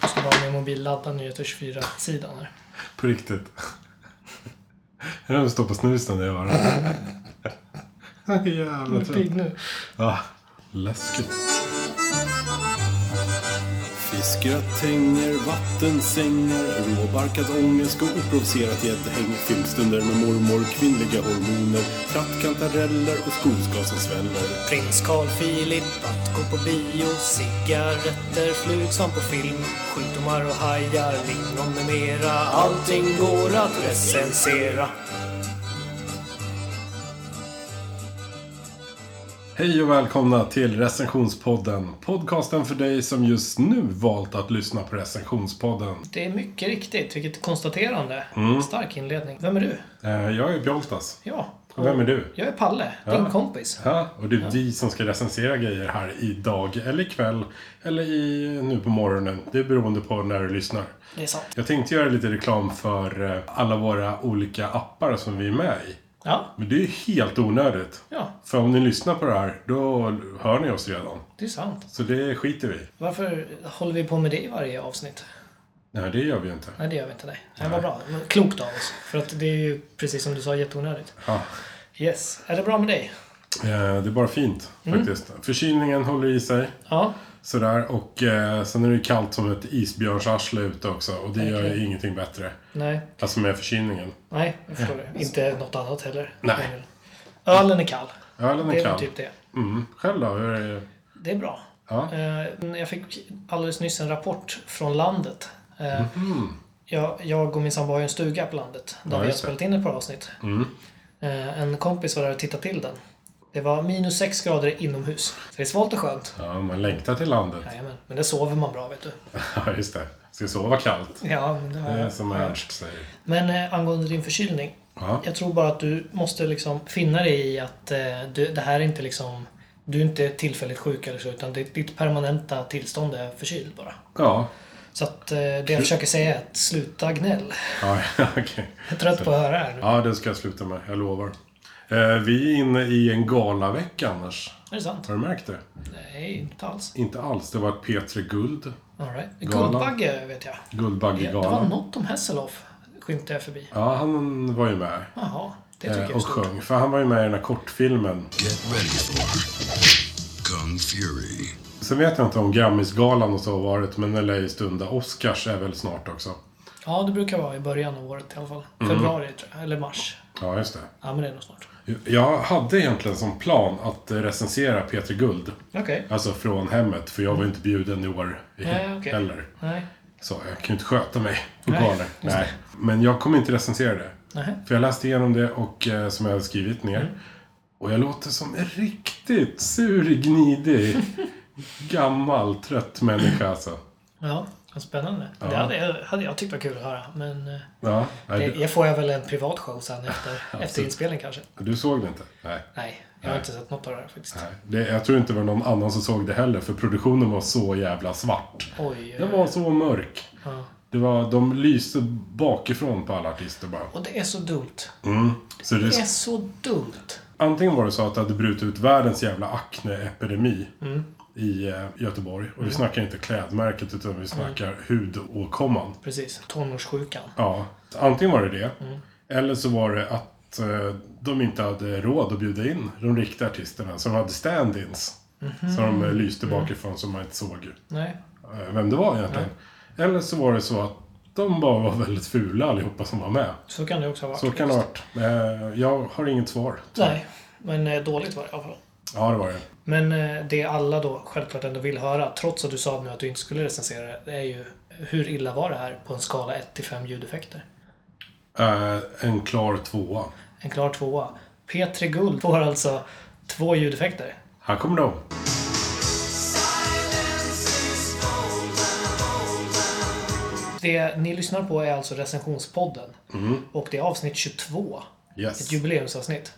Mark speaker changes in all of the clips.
Speaker 1: Jag ska bara med mobilladda nyheter 24-sidan här.
Speaker 2: På riktigt. Jag vill stå på snusen när jag gör det.
Speaker 1: Jag
Speaker 2: Jävla
Speaker 1: är
Speaker 2: trött.
Speaker 1: pigg nu.
Speaker 2: Ah, läskigt.
Speaker 3: Fiskgröt, hänger, vattensängar, råbarkad ångest och oprovocerat gäddhäng. Filmstunder med mormor, kvinnliga hormoner, trattkantareller och skogsgas som sväller.
Speaker 4: Prins Carl Philip att gå på bio Cigaretter, flug som på film Sjukdomar och hajar, lingon med mera Allting går att recensera
Speaker 2: Hej och välkomna till recensionspodden. Podcasten för dig som just nu valt att lyssna på recensionspodden.
Speaker 1: Det är mycket riktigt, vilket konstaterande. Stark inledning. Vem är du?
Speaker 2: Eh, Jag är Bjoltas.
Speaker 1: Ja.
Speaker 2: Och vem är du?
Speaker 1: Jag är Palle, din
Speaker 2: Ja.
Speaker 1: kompis.
Speaker 2: Ja, och det är vi som ska recensera grejer här idag, eller ikväll, eller i, nu på morgonen. Det är beroende på när du lyssnar.
Speaker 1: Det är sant.
Speaker 2: Jag tänkte göra lite reklam för eh, alla våra olika appar som vi är med i.
Speaker 1: Ja,
Speaker 2: Men det är ju helt onödigt.
Speaker 1: ja,
Speaker 2: För om ni lyssnar på det här, då hör ni oss redan.
Speaker 1: det är sant.
Speaker 2: Så det skiter vi i.
Speaker 1: Varför håller vi på med det i varje avsnitt?
Speaker 2: Nej, det gör vi ju inte.
Speaker 1: Nej, det gör vi inte. Nej. Det var bra. Men Klokt av oss. För att det är ju precis som du sa jätteonödigt.
Speaker 2: Ja.
Speaker 1: Yes. Är det bra med dig?
Speaker 2: Eh, Det är bara fint, faktiskt. Förkylningen håller i sig.
Speaker 1: Ja.
Speaker 2: Sådär, och eh, sen är det ju kallt som ett isbjörnsarsle ute också. Och det gör ju
Speaker 1: Verkligen.
Speaker 2: ingenting bättre.
Speaker 1: Nej.
Speaker 2: Alltså med förkylningen.
Speaker 1: Nej, jag förstår det. Inte något annat heller.
Speaker 2: Nej.
Speaker 1: Ölen är kall.
Speaker 2: Ölen
Speaker 1: Det
Speaker 2: är
Speaker 1: är väl
Speaker 2: kall.
Speaker 1: typ det.
Speaker 2: Mm. Själv då? Hur är det?
Speaker 1: Det är bra.
Speaker 2: Ja.
Speaker 1: Eh, Jag fick alldeles nyss en rapport från landet. Eh, Jag, jag och min sambo har ju en stuga på landet där
Speaker 2: Mm-hmm. Ja,
Speaker 1: vi har
Speaker 2: just det. Mm.
Speaker 1: spelat in ett par avsnitt. Eh, En kompis var där och tittade till den. Det var minus 6 grader inomhus. Så det är svalt och skönt.
Speaker 2: Ja, man längtar till landet.
Speaker 1: Jajamän. Men det sover man bra vet du.
Speaker 2: Ja, just det. Ska sova kallt.
Speaker 1: Ja, men det
Speaker 2: Det
Speaker 1: har
Speaker 2: är
Speaker 1: jag.
Speaker 2: som Ernst säger.
Speaker 1: Men eh, angående din förkylning.
Speaker 2: Ja.
Speaker 1: Jag tror bara att du måste liksom finna dig i att eh, du, det här är inte liksom... Du är inte tillfälligt sjuk eller så, utan ditt, ditt permanenta tillstånd är förkyld bara.
Speaker 2: Ja.
Speaker 1: Så att eh, det jag försöker säga är att sluta gnäll.
Speaker 2: Ja, okej.
Speaker 1: Jag är trött på att höra det här nu.
Speaker 2: Ja, det ska jag sluta med. Jag lovar. Eh, vi är inne i en galavecka annars.
Speaker 1: Är det sant?
Speaker 2: Har du märkt det?
Speaker 1: Nej, inte alls.
Speaker 2: Inte alls. Det var ett P3 Guld.
Speaker 1: All right.
Speaker 2: Galan.
Speaker 1: Guldbagge vet jag. Det var
Speaker 2: Guldbaggegalan.
Speaker 1: något om Hasselhoff, skymtade jag förbi.
Speaker 2: Ja, han var ju med.
Speaker 1: Jaha, det tycker jag
Speaker 2: Eh,
Speaker 1: är
Speaker 2: och
Speaker 1: stort.
Speaker 2: sjöng. För han var ju med i den här kortfilmen.
Speaker 5: Get ready for Kung Fury.
Speaker 2: Sen vet jag inte om Grammisgalan och så har varit. Men den lär ju stunda. Oscars är väl snart också.
Speaker 1: Ja, det brukar vara i början av året i alla fall. Februari, tror jag. Eller mars.
Speaker 2: Ja, just det.
Speaker 1: Ja, men det är nog snart.
Speaker 2: Jag hade egentligen som plan att eh, recensera P3 Guld.
Speaker 1: Okej.
Speaker 2: Alltså från hemmet. För jag var ju inte bjuden i år
Speaker 1: Nej, okej.
Speaker 2: heller.
Speaker 1: Nej.
Speaker 2: Så jag kan ju inte sköta mig på
Speaker 1: Nej,
Speaker 2: galor.
Speaker 1: just
Speaker 2: Nej. Men jag kommer inte recensera det.
Speaker 1: Nej.
Speaker 2: För jag läste igenom det och eh, som jag hade skrivit ner.
Speaker 1: Mm.
Speaker 2: Och jag låter som en riktigt sur, gnidig, gammal, trött människa alltså.
Speaker 1: Ja, vad spännande. Det hade jag, hade jag tyckt var kul att höra. Men eh,
Speaker 2: Ja, nej,
Speaker 1: det,
Speaker 2: du,
Speaker 1: jag får jag väl en privat show sen efter, efter inspelning kanske.
Speaker 2: du såg det inte? Nej.
Speaker 1: Nej, jag har inte sett något av det här faktiskt.
Speaker 2: nej. Det, jag tror inte det var någon annan som såg det heller, för produktionen var så jävla svart.
Speaker 1: Oj.
Speaker 2: Den var så mörk.
Speaker 1: Ja.
Speaker 2: Det var, de lyste bakifrån på alla artister bara.
Speaker 1: Och det är så dumt.
Speaker 2: Mm. Så
Speaker 1: Det är
Speaker 2: det,
Speaker 1: så dumt.
Speaker 2: antingen var det så att det hade brutit ut världens jävla akneepidemi i eh, Göteborg. Och vi snackar inte klädmärket, utan vi snackar hudåkomman.
Speaker 1: Precis. Tonårssjukan.
Speaker 2: Ja, antingen var det det. Eller så var det att eh, de inte hade råd att bjuda in de riktiga artisterna. Så de hade stand-ins. Så de eh, lyste bakifrån så man inte såg
Speaker 1: Nej.
Speaker 2: eh, vem det var egentligen. Eller så var det så att de bara var väldigt fula allihopa som var med.
Speaker 1: Så kan det också ha varit.
Speaker 2: Så kan det ha varit. Eh, jag har inget svar.
Speaker 1: Nej, men eh, dåligt var det i alla fall.
Speaker 2: Ja, det var det.
Speaker 1: Men eh, det alla då självklart ändå vill höra, trots att du sa nu att du inte skulle recensera det, det är ju hur illa var det här på en skala 1 till 5 ljudeffekter?
Speaker 2: Eh, en klar tvåa.
Speaker 1: En klar tvåa. P3 Guld får alltså två ljudeffekter.
Speaker 2: Här kommer de.
Speaker 1: Det ni lyssnar på är alltså recensionspodden.
Speaker 2: Mm.
Speaker 1: Och det är avsnitt 22.
Speaker 2: Yes.
Speaker 1: Ett jubileumsavsnitt.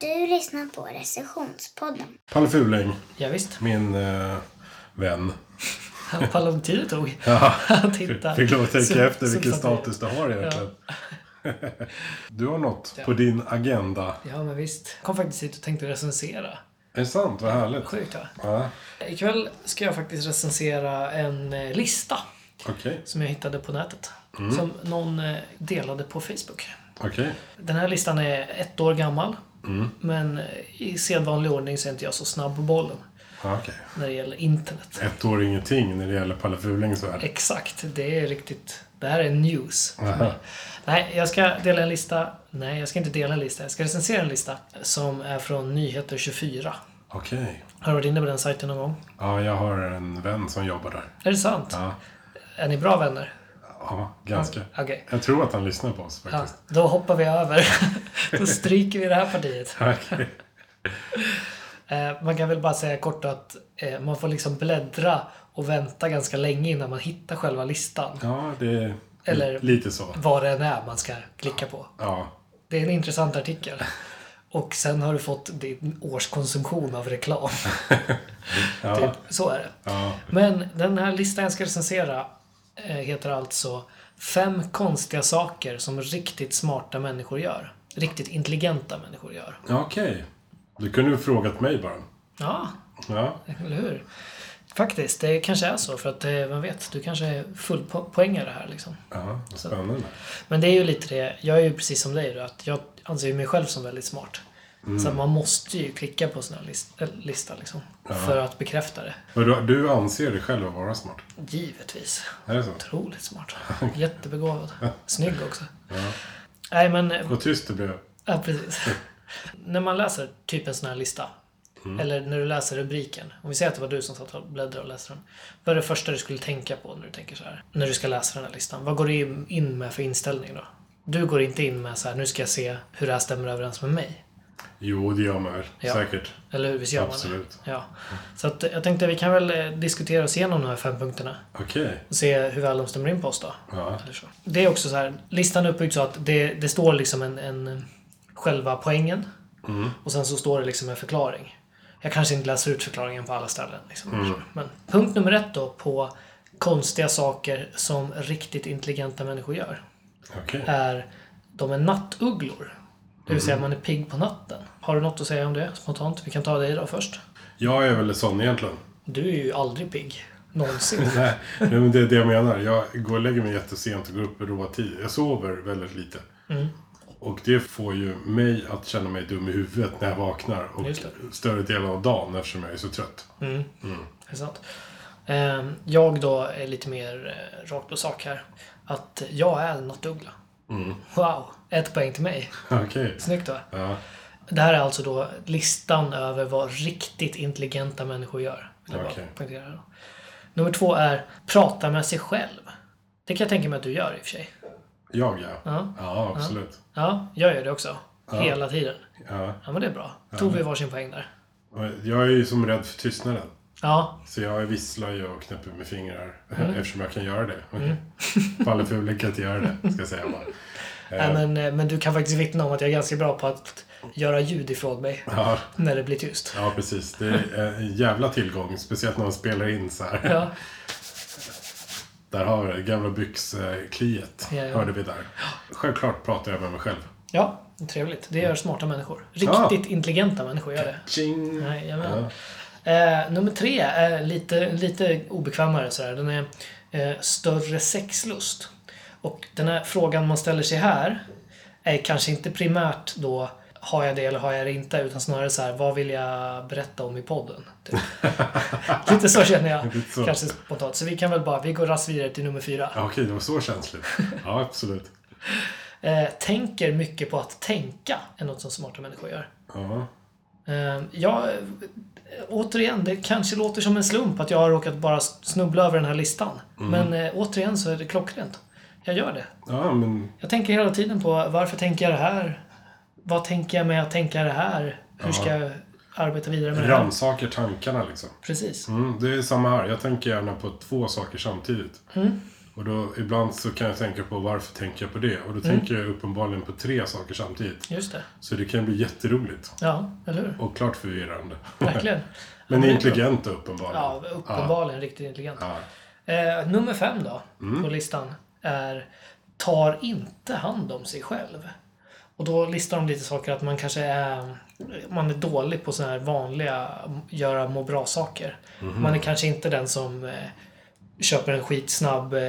Speaker 6: Du lyssnar på recensionspodden.
Speaker 2: Palle Fuling,
Speaker 1: Ja, visst.
Speaker 2: min eh, vän.
Speaker 1: Vad lång tid det tog. Titta.
Speaker 2: Fick lov att
Speaker 1: Sub-
Speaker 2: tänka efter vilken
Speaker 1: substantiv.
Speaker 2: status du har egentligen. Du har något på din agenda.
Speaker 1: Ja, men visst. Jag kom faktiskt hit och tänkte recensera.
Speaker 2: Är det sant? Vad härligt.
Speaker 1: Sjukt va?
Speaker 2: Ja,
Speaker 1: Ikväll ska jag faktiskt recensera en eh, lista
Speaker 2: okej.
Speaker 1: som jag hittade på nätet.
Speaker 2: Mm.
Speaker 1: Som någon eh, delade på Facebook.
Speaker 2: Okej.
Speaker 1: Den här listan är ett år gammal. Men eh, i sedvanlig ordning så är inte jag så snabb på bollen
Speaker 2: Ja, okej.
Speaker 1: när det gäller internet.
Speaker 2: Ett år ingenting när det gäller Palle Fulings värld.
Speaker 1: Exakt, det är riktigt... Det här är news.
Speaker 2: Aha.
Speaker 1: Nej, jag ska dela en lista. Nej, jag ska inte dela en lista. Jag ska recensera en lista som är från Nyheter24.
Speaker 2: Okej.
Speaker 1: Har du varit inne på den sajten någon gång?
Speaker 2: Ja, jag har en vän som jobbar där.
Speaker 1: Är det sant?
Speaker 2: Ja,
Speaker 1: Är ni bra vänner?
Speaker 2: ja ganska.
Speaker 1: Okej.
Speaker 2: Jag tror att han lyssnar på oss
Speaker 1: Ja,
Speaker 2: faktiskt.
Speaker 1: då hoppar vi över. då stryker vi det här partiet.
Speaker 2: Okej.
Speaker 1: Eh, man kan väl bara säga kort då att eh, man får liksom bläddra och vänta ganska länge innan man hittar själva listan.
Speaker 2: Ja, det är
Speaker 1: Eller-
Speaker 2: lite så.
Speaker 1: Vad det än är man ska klicka på.
Speaker 2: Ja,
Speaker 1: Det är en intressant artikel. Och sen har du fått din årskonsumtion av reklam.
Speaker 2: ja,
Speaker 1: Typ, så är det.
Speaker 2: ja.
Speaker 1: Men den här listan jag ska recensera eh, heter alltså Fem konstiga saker som riktigt smarta människor gör. Riktigt intelligenta människor gör.
Speaker 2: ja okej. Du kunde ju frågat mig bara.
Speaker 1: Ja,
Speaker 2: Ja,
Speaker 1: eller hur? Faktiskt, det kanske är så. För att eh, vem vet, du kanske är fullpoängare här liksom.
Speaker 2: ja vad spännande.
Speaker 1: Men det är ju lite det, jag är ju precis som dig då, att jag anser ju mig själv som väldigt smart. Så man måste ju klicka på sån här list, äh, lista liksom. För att bekräfta det.
Speaker 2: Men du, du anser dig själv att vara smart?
Speaker 1: Givetvis.
Speaker 2: Är det så?
Speaker 1: Otroligt smart. Jättebegåvad. Snygg också. Nej men,
Speaker 2: Vad tyst det blev.
Speaker 1: ja precis. när man läser typ en sån här lista. Eller när du läser rubriken. Om vi säger att det var du som satt och bläddrade och läste den. Vad är det första du skulle tänka på när du tänker så här? När du ska läsa den här listan. Vad går du in- in med för inställning då? Du går inte in med så här, nu ska jag se hur det här stämmer överens med mig.
Speaker 2: Jo, det gör man väl.
Speaker 1: Ja.
Speaker 2: Säkert.
Speaker 1: Eller hur? Visst gör man
Speaker 2: Absolut.
Speaker 1: det? Ja. Så att, eh, jag tänkte vi kan väl eh, diskutera oss igenom de här fem punkterna.
Speaker 2: Okej.
Speaker 1: Och se hur väl de stämmer in på oss då.
Speaker 2: Ja.
Speaker 1: Eller så. Det är också så här, listan är uppbyggd så att det, det står liksom en, en själva poängen. Och sen så står det liksom en förklaring. Jag kanske inte läser ut förklaringen på alla ställen. Liksom. Men punkt nummer ett då på konstiga saker som riktigt intelligenta människor gör.
Speaker 2: Okej.
Speaker 1: Är de är nattugglor. Det vill säga man är pigg på natten. Har du något att säga om det spontant? Vi kan ta dig då först.
Speaker 2: Jag är väl sån egentligen.
Speaker 1: Du är ju aldrig pigg. Någonsin.
Speaker 2: Nej, nej, men det är det jag menar. Jag går och lägger mig jättesent och går upp i råa tid. Jag sover väldigt lite. Och det får ju mig att känna mig dum i huvudet när jag vaknar. Och
Speaker 1: Just
Speaker 2: större delen av dagen eftersom jag är så trött.
Speaker 1: Det är sant. Ehm, Jag då är lite mer eh, rakt på sak här. Att jag är en nattuggla.
Speaker 2: Mm.
Speaker 1: Wow, ett poäng till mig.
Speaker 2: Okej.
Speaker 1: Snyggt va?
Speaker 2: Ja.
Speaker 1: Det här är alltså då listan över vad riktigt intelligenta människor gör. Vill jag bara
Speaker 2: Okej.
Speaker 1: poängtera då. Nummer två är prata med sig själv. Det kan jag tänka mig att du gör i och för sig.
Speaker 2: Jag ja.
Speaker 1: Ja.
Speaker 2: Ja, absolut.
Speaker 1: Ja, jag gör det också. Hela tiden.
Speaker 2: Ja.
Speaker 1: Ja, men det är bra. Tog vi varsin poäng där.
Speaker 2: Och Jag är ju som rädd för tystnaden.
Speaker 1: Ja,
Speaker 2: Så jag visslar ju och knäpper med fingrar
Speaker 1: Mm.
Speaker 2: eftersom jag kan göra det. Okay. Palle Fuling kan inte göra det, ska jag säga bara.
Speaker 1: Nej, men, eh, men du kan faktiskt vittna om att jag är ganska bra på att göra ljud ifrån mig
Speaker 2: Ja,
Speaker 1: när det blir tyst.
Speaker 2: ja, precis. Det är en jävla tillgång, speciellt när man spelar in så här.
Speaker 1: Ja.
Speaker 2: Där har vi det, gamla byxkliet.
Speaker 1: Ja, ja.
Speaker 2: Hörde vi där. Självklart pratar jag med mig själv.
Speaker 1: Ja, trevligt. Det gör smarta människor. Riktigt intelligenta människor gör det.
Speaker 2: Tjing!
Speaker 1: Nej, jag menar. Eh, nummer tre är lite, lite obekvämare. Sådär. Den är eh, större sexlust. Och den här frågan man ställer sig här är kanske inte primärt då har jag det eller har jag det inte? Utan snarare så här, vad vill jag berätta om i podden? Typ. Lite så känner jag.
Speaker 2: Lite så.
Speaker 1: Kanske spontant. Så vi kan väl bara, vi går raskt vidare till nummer fyra.
Speaker 2: Ja, okej, det var så känsligt. Ja, absolut.
Speaker 1: Eh, tänker mycket på att tänka, är något som smarta människor gör.
Speaker 2: Ja,
Speaker 1: Eh, Ja, eh, återigen, det kanske låter som en slump att jag har råkat bara snubbla över den här listan. Men eh, återigen så är det klockrent. Jag gör det.
Speaker 2: ja men
Speaker 1: Jag tänker hela tiden på varför tänker jag det här? Vad tänker jag med att tänka det här? Hur ska jag arbeta vidare med det här?
Speaker 2: rannsakar tankarna liksom.
Speaker 1: Precis.
Speaker 2: Mm, det är samma här. Jag tänker gärna på två saker samtidigt.
Speaker 1: Mm.
Speaker 2: Och då, ibland så kan jag tänka på varför tänker jag på det?
Speaker 1: Mm.
Speaker 2: Och då tänker jag uppenbarligen på tre saker samtidigt.
Speaker 1: Just det.
Speaker 2: Så det kan bli jätteroligt.
Speaker 1: Ja, eller hur?
Speaker 2: Och klart förvirrande.
Speaker 1: Verkligen.
Speaker 2: Men
Speaker 1: Ja, det är
Speaker 2: intelligent uppenbarligen.
Speaker 1: Ja, uppenbarligen riktigt intelligent.
Speaker 2: Ja.
Speaker 1: Eh, nummer fem då, på listan, är tar inte hand om sig själv. Och då listar de lite saker att man kanske är man är dålig på sådana här vanliga göra må bra saker. Man är kanske inte den som eh, köper en skitsnabb eh,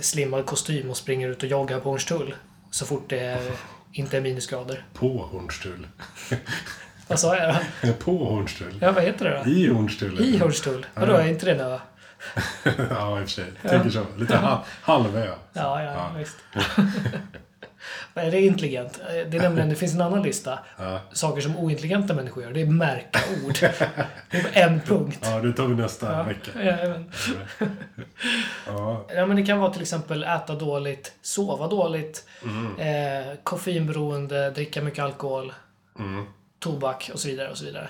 Speaker 1: slimmad kostym och springer ut och joggar på Hornstull så fort det är, inte är minusgrader.
Speaker 2: På Hornstull.
Speaker 1: Vad sa jag då?
Speaker 2: På Hornstull.
Speaker 1: Ja, vad heter det då?
Speaker 2: I Hornstull.
Speaker 1: I Hornstull? Vadå, är inte det en ö?
Speaker 2: ja, i och för sig. Tänker så. Lite ha- halvö.
Speaker 1: Ja, ja, visst. Men det är intelligent. Eh, Det är nämligen, det finns en annan lista. Saker som ointelligenta människor gör. Det är märka ord. Det är på en punkt.
Speaker 2: Ja, det tar vi nästa vecka.
Speaker 1: Ja, men.
Speaker 2: Ja,
Speaker 1: Ja, men det kan vara till exempel äta dåligt, sova dåligt, eh, koffeinberoende, dricka mycket alkohol, tobak och så vidare. Och så vidare.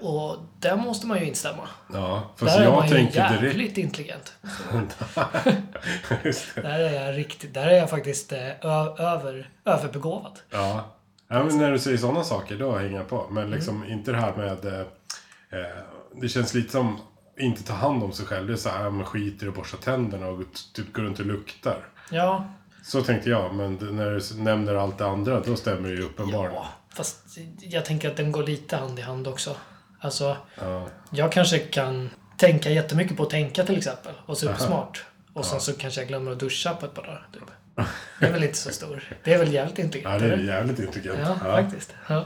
Speaker 1: Och där måste man ju instämma.
Speaker 2: ja. fast
Speaker 1: Där är man
Speaker 2: jag
Speaker 1: ju
Speaker 2: tänker
Speaker 1: jävligt
Speaker 2: direkt...
Speaker 1: intelligent.
Speaker 2: Just det.
Speaker 1: Där är jag, riktigt, där är jag faktiskt eh, ö- över, överbegåvad.
Speaker 2: Ja. ja men när du säger sådana saker, då hänger jag på.
Speaker 1: Mm.
Speaker 2: Men liksom inte det här med... eh, Eh, det känns lite som inte ta hand om sig själv. Det är så här, ja, men skiter i att borsta tänderna och typ går runt och luktar.
Speaker 1: Ja,
Speaker 2: Så tänkte jag, men det- när du nämner allt det andra, då stämmer det ju uppenbarligen.
Speaker 1: Ja, fast jag tänker att den går lite hand i hand också. Alltså, jag kanske kan tänka jättemycket på att tänka till exempel och supersmart. Och sen så kanske jag glömmer att duscha på ett par dagar. Typ. Det är väl inte så stor. Det är väl jävligt
Speaker 2: Ja,
Speaker 1: intelligent?
Speaker 2: det är
Speaker 1: eller?
Speaker 2: jävligt Mm. intelligent.
Speaker 1: ja, faktiskt. Ja.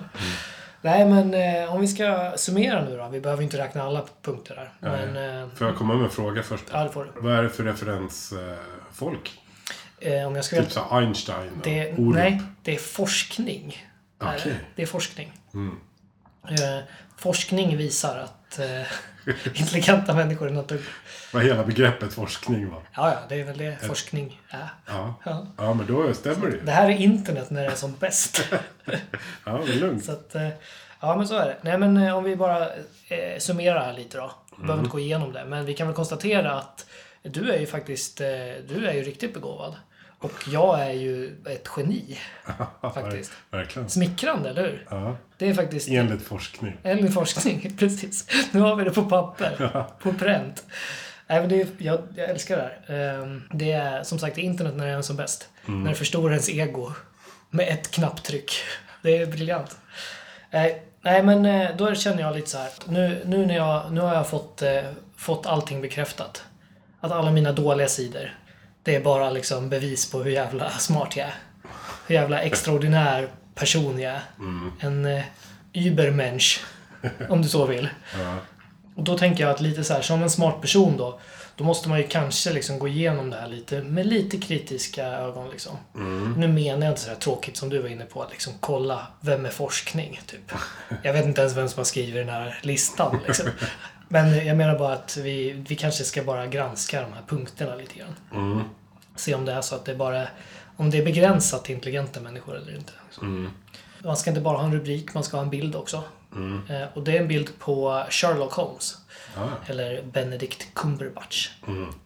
Speaker 1: Nej, men eh, om vi ska summera nu då. Vi behöver inte räkna alla punkter där. Men, eh,
Speaker 2: Får jag komma med en fråga först?
Speaker 1: ja, det får du.
Speaker 2: Vad är det för referensfolk?
Speaker 1: Eh, om jag ska
Speaker 2: Typ så här Einstein och
Speaker 1: Det,
Speaker 2: Orup.
Speaker 1: nej, det är forskning. Är
Speaker 2: Okej. Mm.
Speaker 1: det. det är forskning. Eh, forskning visar att eh, intelligenta människor är natur.
Speaker 2: Vad hela begreppet forskning var.
Speaker 1: Ja, ja, det är väl det forskning är.
Speaker 2: Ja.
Speaker 1: Ja.
Speaker 2: ja, men då stämmer det ju.
Speaker 1: Det här är internet när det är som bäst.
Speaker 2: Ja, men lugnt.
Speaker 1: Så att, eh, ja, men så är det. Nej, men eh, om vi bara eh, summerar här lite då. Vi
Speaker 2: Mm.
Speaker 1: behöver inte gå igenom det, men vi kan väl konstatera att du är ju faktiskt, eh, du är ju riktigt begåvad. Och jag är ju ett geni. Faktiskt.
Speaker 2: Verkligen.
Speaker 1: Smickrande, eller hur?
Speaker 2: Ja.
Speaker 1: Det är faktiskt
Speaker 2: Enligt forskning.
Speaker 1: Eller forskning, precis. Nu har vi det på papper, på pränt. Nej, men det är, jag, jag älskar det här. Ehm, Det är som sagt internet när det är som bäst.
Speaker 2: Mm.
Speaker 1: När det förstorar ens ego med ett knapptryck. Det är briljant. Nej, nej men eh, då känner jag lite så här. Nu, nu, när jag, nu har jag fått, eh, fått allting bekräftat. Att alla mina dåliga sidor, det är bara liksom bevis på hur jävla smart jag är. Hur jävla extraordinär person jag är. En eh, übermensch, om du så vill. Och då tänker jag att lite så här, som en smart person då, då måste man ju kanske liksom gå igenom det här lite med lite kritiska ögon. Liksom. Nu menar jag inte så här tråkigt som du var inne på, att liksom kolla vem är forskning? Typ. Jag vet inte ens vem som har skrivit den här listan. Liksom. Men jag menar bara att vi, vi kanske ska bara granska de här punkterna lite grann. Se om det är så att det bara om det är begränsat till intelligenta människor eller inte. Liksom.
Speaker 2: Mm.
Speaker 1: Man ska inte bara ha en rubrik, man ska ha en bild också.
Speaker 2: Mm.
Speaker 1: Eh, Och det är en bild på Sherlock Holmes.
Speaker 2: Ah.
Speaker 1: Eller Benedict Cumberbatch.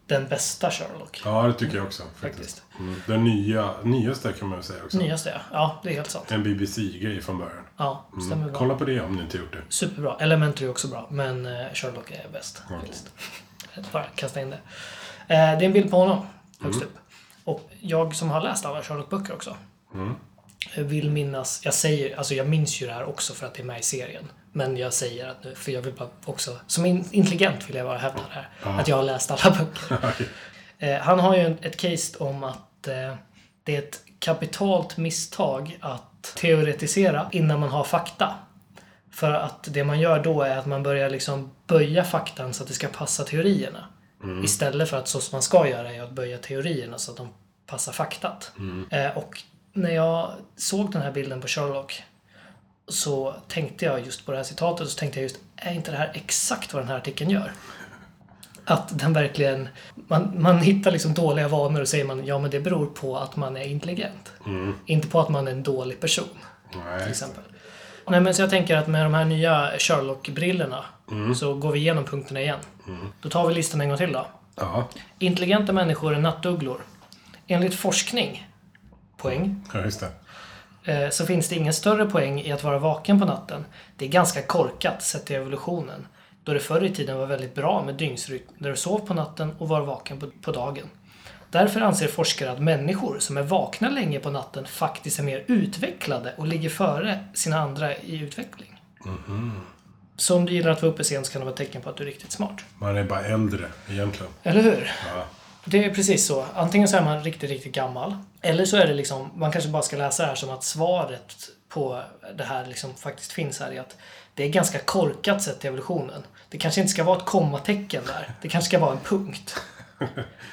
Speaker 1: Den bästa Sherlock.
Speaker 2: Mm. Ja, det tycker jag också. Faktiskt.
Speaker 1: Faktiskt.
Speaker 2: Mm. Den nya, nyaste kan man väl säga också.
Speaker 1: Nyaste ja. Ja, det är helt sant.
Speaker 2: En BBC-grej från början.
Speaker 1: Ja, stämmer bra.
Speaker 2: Mm. Kolla på det om ni inte gjort det.
Speaker 1: Superbra. Elementary är också bra, men eh, Sherlock är bäst. faktiskt. Bara kasta in det. Eh, Det är en bild på honom, högst upp. Och jag som har läst alla Sherlock-böcker också, jag vill minnas, jag säger, alltså jag minns ju det här också för att det är med i serien. Men jag säger att nu, för jag vill bara också, som in, intelligent vill jag bara hävda det här. Att jag har läst alla böcker. Eh, Han har ju en- ett case om att eh, det är ett kapitalt misstag att teoretisera innan man har fakta. För att det man gör då är att man börjar liksom böja faktan så att det ska passa teorierna. Istället för att så som man ska göra är att böja teorierna så att de passar faktat. Eh, och när jag såg den här bilden på Sherlock så tänkte jag just på det här citatet så tänkte jag just, är inte det här exakt vad den här artikeln gör? Att den verkligen, man, man hittar liksom dåliga vanor och säger man ja men det beror på att man är intelligent. Inte på att man är en dålig person till
Speaker 2: Nej.
Speaker 1: exempel. Nej, men så jag tänker att med de här nya Sherlock-brillorna så går vi igenom punkterna igen. Då tar vi listan en gång till då.
Speaker 2: Ja,
Speaker 1: Intelligenta människor är nattugglor. Enligt forskning, poäng,
Speaker 2: ja, just det.
Speaker 1: eh, så finns det ingen större poäng i att vara vaken på natten. Det är ganska korkat sett till evolutionen. Då det förr i tiden var väldigt bra med dygnsrytm där du sov på natten och var vaken på, på dagen. Därför anser forskare att människor som är vakna länge på natten faktiskt är mer utvecklade och ligger före sina andra i utveckling. Så om du gillar att vara uppe sent så kan det vara ett tecken på att du är riktigt smart.
Speaker 2: Man är bara äldre egentligen.
Speaker 1: Eller hur?
Speaker 2: Ja.
Speaker 1: Det är precis så. Antingen så är man riktigt, riktigt gammal. Eller så är det liksom, man kanske bara ska läsa det här som att svaret på det här liksom faktiskt finns här i att det är ganska korkat sett till evolutionen. Det kanske inte ska vara ett kommatecken där. Det kanske ska vara en punkt.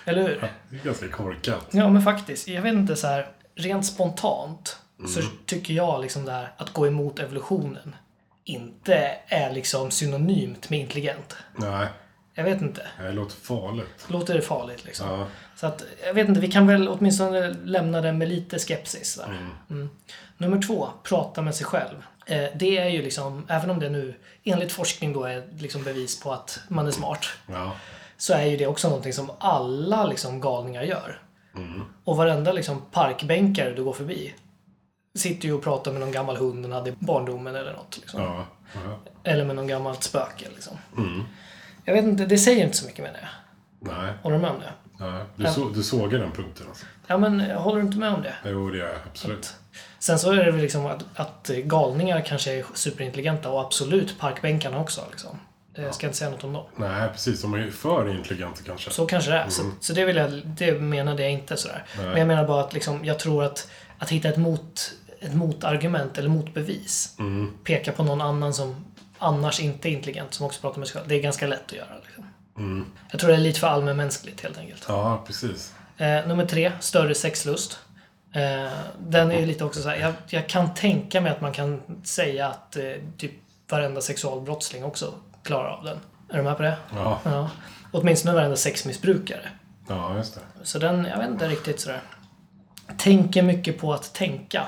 Speaker 1: Eller hur?
Speaker 2: Det är ganska korkat.
Speaker 1: Ja, men faktiskt. Jag vet inte så här. Rent spontant så
Speaker 2: Mm.
Speaker 1: tycker jag liksom det här att gå emot evolutionen inte är liksom synonymt med intelligent.
Speaker 2: Nej,
Speaker 1: Jag vet inte.
Speaker 2: det låter farligt.
Speaker 1: Låter det farligt liksom.
Speaker 2: Ja.
Speaker 1: Så att, jag vet inte, vi kan väl åtminstone lämna den med lite skepsis där. Mm. Nummer två, prata med sig själv. Eh, det är ju liksom, även om det nu enligt forskning då är liksom bevis på att man är smart,
Speaker 2: Ja.
Speaker 1: så är ju det också någonting som alla liksom galningar gör. Och varenda liksom parkbänkare du går förbi sitter ju och pratar med någon gammal hund den hade i barndomen eller något. Liksom.
Speaker 2: Ja. ja.
Speaker 1: Eller med någon gammalt spöke liksom. Jag vet inte, det säger inte så mycket med det.
Speaker 2: Nej.
Speaker 1: Håller du med om det?
Speaker 2: Nej. Du, så, du sågar den punkten alltså.
Speaker 1: Ja men eh, håller du inte med om det?
Speaker 2: Jo, det gör jag absolut.
Speaker 1: Sen så är det väl liksom att, att galningar kanske är superintelligenta och absolut parkbänkarna också. Liksom. Det- Jag ska inte säga något om dem.
Speaker 2: Nej, precis. De är ju för intelligenta kanske.
Speaker 1: Så kanske det är. Så, så det, vill jag, det menade jag inte sådär.
Speaker 2: Nej.
Speaker 1: Men jag menar bara att liksom, jag tror att, att hitta ett, mot, ett motargument eller motbevis. Peka på någon annan som annars inte är intelligent som också pratar med sig själv. Det är ganska lätt att göra. Liksom. Jag tror det är lite för allmänmänskligt helt enkelt.
Speaker 2: Ja, precis.
Speaker 1: Eh, nummer tre, större sexlust. Eh, den är ju lite också så här, jag, jag kan tänka mig att man kan säga att eh, typ varenda sexualbrottsling också klarar av den. Är du med på det?
Speaker 2: Ja,
Speaker 1: Ja. Åtminstone varenda sexmissbrukare.
Speaker 2: ja just det.
Speaker 1: Så den, jag vet inte riktigt sådär. Tänker mycket på att tänka.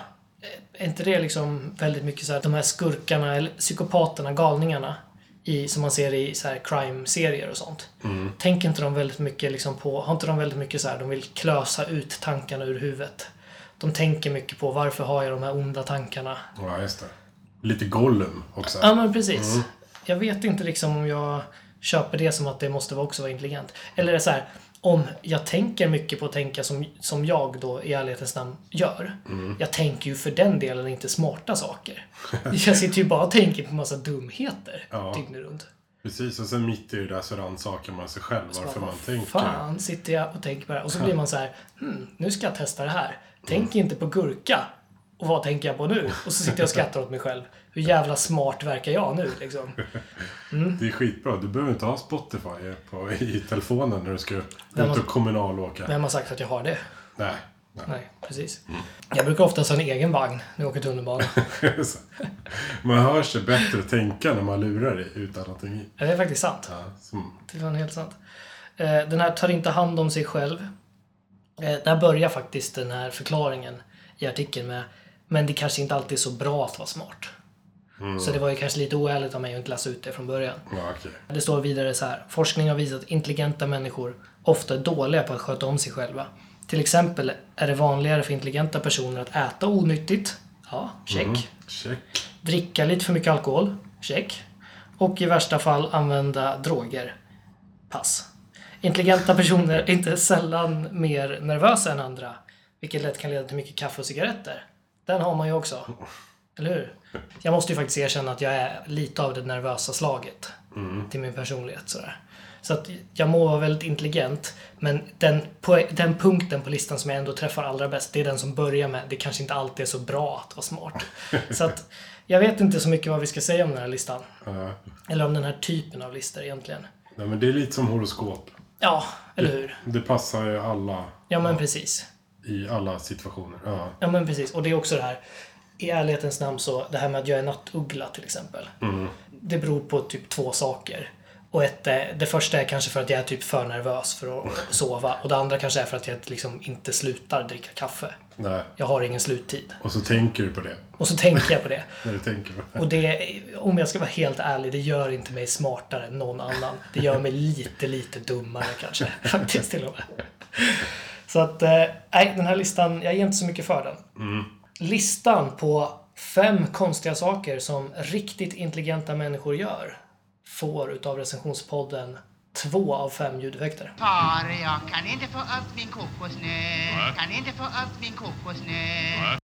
Speaker 1: Eh, Är inte det liksom väldigt mycket så här, de här skurkarna, eller psykopaterna, galningarna i, som man ser i så här crime-serier och sånt. Tänker inte de väldigt mycket liksom på, har inte de väldigt mycket så här, de vill klösa ut tankarna ur huvudet. De tänker mycket på varför har jag de här onda tankarna?
Speaker 2: Ja, just det. Lite Gollum också.
Speaker 1: Ja men precis. Jag vet inte liksom om jag köper det som att det måste vara- också vara intelligent. Eller är det så här, om jag tänker mycket på att tänka som, som jag då i ärlighetens namn gör.
Speaker 2: Mm.
Speaker 1: Jag tänker ju för den delen inte smarta saker. jag sitter ju bara och tänker på massa dumheter
Speaker 2: Ja.
Speaker 1: dygnet runt.
Speaker 2: Precis, och sen mitt i det där så rannsakar man sig själv varför man tänker.
Speaker 1: Fan sitter jag och tänker på det här. Och så blir man så här, hmm, nu ska jag testa det här.
Speaker 2: Mm.
Speaker 1: Tänk inte på gurka. Och vad tänker jag på nu? Och så sitter jag och skrattar åt mig själv. Hur jävla smart verkar jag nu liksom?
Speaker 2: Det är skitbra. Du behöver inte ha Spotify på, i telefonen när du ska
Speaker 1: Vem
Speaker 2: ut
Speaker 1: har-
Speaker 2: och kommunalåka.
Speaker 1: Vem har sagt att jag har det?
Speaker 2: Nej. Nej.
Speaker 1: Nej, precis. Jag brukar oftast ha en egen vagn när jag åker tunnelbana.
Speaker 2: Så. man hör sig bättre tänka när man lurar i utan någonting i.
Speaker 1: det är faktiskt sant.
Speaker 2: Ja, som,
Speaker 1: Det är fan helt sant. Eh, Den här tar inte hand om sig själv. Eh, Där börjar faktiskt den här förklaringen i artikeln med Men det kanske inte alltid är så bra att vara smart. Så det var ju kanske lite oärligt av mig att inte läsa ut det från början.
Speaker 2: ja, okej.
Speaker 1: Det står vidare så här. Forskning har visat att intelligenta människor ofta är dåliga på att sköta om sig själva. Till exempel är det vanligare för intelligenta personer att äta onyttigt. Ja, check.
Speaker 2: Check.
Speaker 1: dricka lite för mycket alkohol, check. Och i värsta fall använda droger, pass. Intelligenta personer är inte sällan mer nervösa än andra, vilket lätt kan leda till mycket kaffe och cigaretter. Den har man ju också, eller hur? Jag måste ju faktiskt erkänna att jag är lite av det nervösa slaget till min personlighet. Sådär. Så att jag må vara väldigt intelligent, men den, po- den punkten på listan som jag ändå träffar allra bäst, det är den som börjar med det kanske inte alltid är så bra att vara smart. Så att jag vet inte så mycket vad vi ska säga om den här listan.
Speaker 2: Ja.
Speaker 1: Eller om den här typen av listor egentligen.
Speaker 2: Nej, men det är lite som horoskop.
Speaker 1: Ja, eller hur?
Speaker 2: Det passar ju alla
Speaker 1: Ja, men precis.
Speaker 2: i alla situationer. Ja.
Speaker 1: Ja, men precis. Och det är också det här, i ärlighetens namn så, det här med att jag är nattuggla till exempel. Det beror på typ två saker. Och ett, eh, det första är kanske för att jag är typ för nervös för att sova. Och det andra kanske är för att jag liksom inte slutar dricka kaffe.
Speaker 2: Nej.
Speaker 1: Jag har ingen sluttid.
Speaker 2: Och så tänker du på det.
Speaker 1: Och så tänker jag på det.
Speaker 2: När du tänker på det.
Speaker 1: Och det, om jag ska vara helt ärlig, det gör inte mig smartare än någon annan. Det gör mig lite, lite dummare kanske. Faktiskt till och med. Så att, eh, nej, den här listan, jag ger inte så mycket för den. Listan på fem konstiga saker som riktigt intelligenta människor gör får utav recensionspodden två av fem ljudeffekter.
Speaker 7: Far, jag kan inte få upp min kokosnöt. Kan inte få upp min kokosnöt.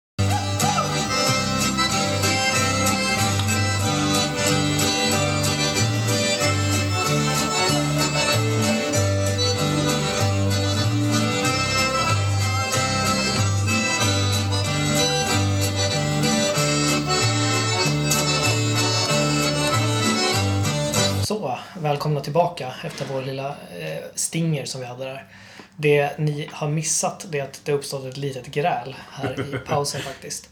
Speaker 1: Så, välkomna tillbaka efter vår lilla eh, stinger som vi hade där. Det ni har missat det är att det har uppstått ett litet gräl här i pausen faktiskt.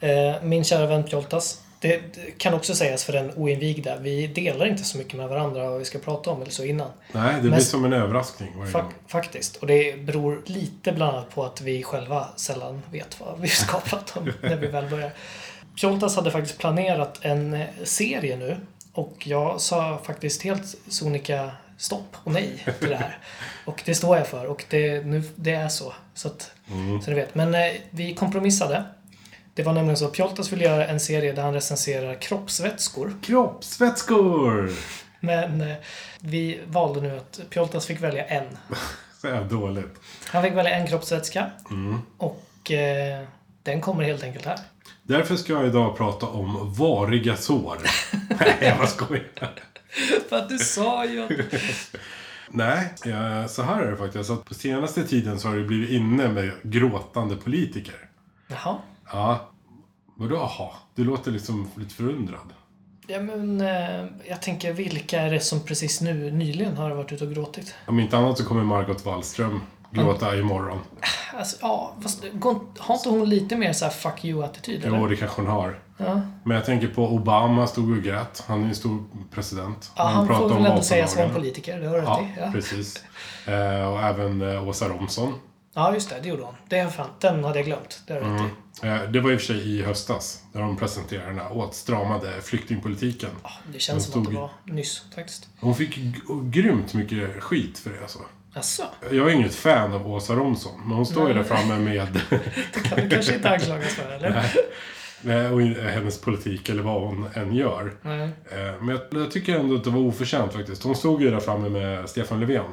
Speaker 1: Eh, min kära vän Pjoltas, det det kan också sägas för den oinvigda, vi delar inte så mycket med varandra vad vi ska prata om eller så innan.
Speaker 2: Nej, det blir
Speaker 1: Men-
Speaker 2: som en överraskning varje gång.
Speaker 1: Fak- faktiskt. Och det beror lite bland annat på att vi själva sällan vet vad vi ska prata om när vi väl börjar. Pjoltas hade faktiskt planerat en eh, serie nu och jag sa faktiskt helt sonika stopp och nej till det här. Och det står jag för och det, nu, det är så. Så, att, så ni vet. Men eh, vi kompromissade. Det var nämligen så att Pjoltas ville göra en serie där han recenserar kroppsvätskor.
Speaker 2: Kroppsvätskor!
Speaker 1: Men eh, vi valde nu att Pjoltas fick välja en
Speaker 2: Så här dåligt.
Speaker 1: Han fick välja en kroppsvätska.
Speaker 2: Mm.
Speaker 1: Och eh, den kommer helt enkelt här.
Speaker 2: Därför ska jag idag prata om variga sår. Nej, jag bara skojar.
Speaker 1: För att du sa ju att...
Speaker 2: Nej, eh, så här är det faktiskt. Att på senaste tiden så har det blivit inne med gråtande politiker.
Speaker 1: Jaha.
Speaker 2: Ja. Vadå aha? Du låter liksom lite förundrad.
Speaker 1: Ja, men, eh, jag tänker, vilka är det som precis nu, nyligen har varit ute och gråtit?
Speaker 2: Om inte annat så kommer Margot Wallström gråta imorgon.
Speaker 1: Alltså, ja, fast går- har inte hon lite mer så här fuck you-attityd?
Speaker 2: Jo,
Speaker 1: eller?
Speaker 2: det kanske hon har.
Speaker 1: Ja.
Speaker 2: Men jag tänker på Obama stod och grät. Han är ju en stor president.
Speaker 1: Ja, han får väl ändå sägas vara en
Speaker 2: vapenlagarna.
Speaker 1: politiker, det har du rätt
Speaker 2: Ja,
Speaker 1: i. Ja.
Speaker 2: precis. Eh, och även eh, Åsa Romson.
Speaker 1: ja, just det. Det gjorde hon. Det är fan, den hade jag glömt. Det har du rätt i.
Speaker 2: Eh, det var i och för sig i höstas. När de presenterade den här åtstramade flyktingpolitiken.
Speaker 1: Det känns
Speaker 2: Den
Speaker 1: som att
Speaker 2: stod
Speaker 1: det
Speaker 2: i-
Speaker 1: var nyss, faktiskt.
Speaker 2: Hon fick g- grymt mycket skit för det alltså.
Speaker 1: Jaså?
Speaker 2: Jag är inget fan av Åsa Romson. Men hon står ju där framme med
Speaker 1: Kan du kanske inte anklagas för, eller?
Speaker 2: eh, och in- eh, hennes politik eller vad hon än gör.
Speaker 1: Nej.
Speaker 2: Eh, Men jag, jag tycker ändå att det var oförtjänt faktiskt. Hon stod ju där framme med Stefan Löfven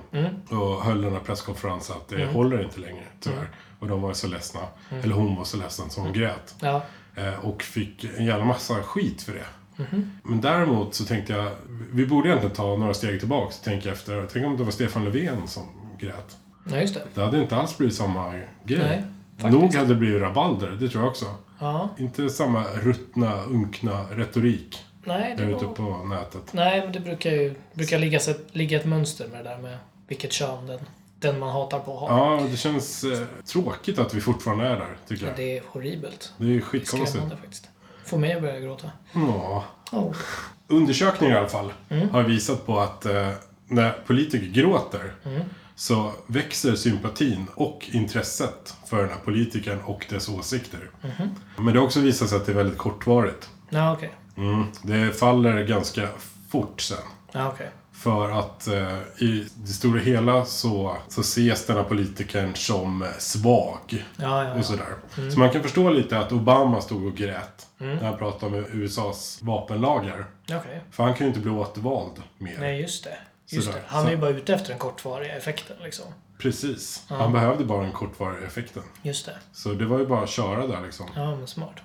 Speaker 2: och höll den här presskonferensen att det håller inte längre, tyvärr. Och de var så ledsna. Eller hon var så ledsen som hon grät.
Speaker 1: Ja.
Speaker 2: Eh, Och fick en jävla massa skit för det.
Speaker 1: Mhm.
Speaker 2: Men däremot så tänkte jag, vi borde egentligen ta några steg tillbaka och tänka efter. Tänk om det var Stefan Löfven som grät.
Speaker 1: ja, just det.
Speaker 2: Det hade inte alls blivit samma grej.
Speaker 1: Nej,
Speaker 2: Nog hade det blivit rabalder, det tror jag också.
Speaker 1: Ja.
Speaker 2: Inte samma ruttna, unkna retorik
Speaker 1: Nej, det
Speaker 2: där ute
Speaker 1: var...
Speaker 2: på nätet.
Speaker 1: Nej, men det brukar ju brukar ligga, ett, ligga ett mönster med det där med vilket kön den, den man hatar på har.
Speaker 2: Ja, och det känns eh, tråkigt att vi fortfarande är där, tycker jag.
Speaker 1: Det är horribelt.
Speaker 2: Det är ju
Speaker 1: Det är
Speaker 2: skitkonstigt.
Speaker 1: skrämmande faktiskt. Får mig att börja gråta.
Speaker 2: Ja.
Speaker 1: Oh.
Speaker 2: Undersökningar i alla fall har visat på att eh, när politiker gråter så växer sympatin och intresset för den här politikern och dess åsikter. Men det har också visat sig att det är väldigt kortvarigt.
Speaker 1: Ja, okej.
Speaker 2: Mm. Det faller ganska fort sen.
Speaker 1: Ja, okej.
Speaker 2: För att eh, i det stora hela så, så ses den här politikern som eh, svag.
Speaker 1: Ja, ja,
Speaker 2: och
Speaker 1: ja.
Speaker 2: sådär. Så man kan förstå lite att Obama stod och grät när han pratade om USAs vapenlagar.
Speaker 1: Okej.
Speaker 2: För han kan ju inte bli återvald mer.
Speaker 1: Nej, just det. Just
Speaker 2: Sådär.
Speaker 1: det. Han är ju
Speaker 2: Så-
Speaker 1: bara ute efter den kortvariga effekten liksom.
Speaker 2: Precis. Han behövde bara den kortvariga effekten.
Speaker 1: Just det.
Speaker 2: Så det var ju bara att köra där liksom.
Speaker 1: Ja, men smart.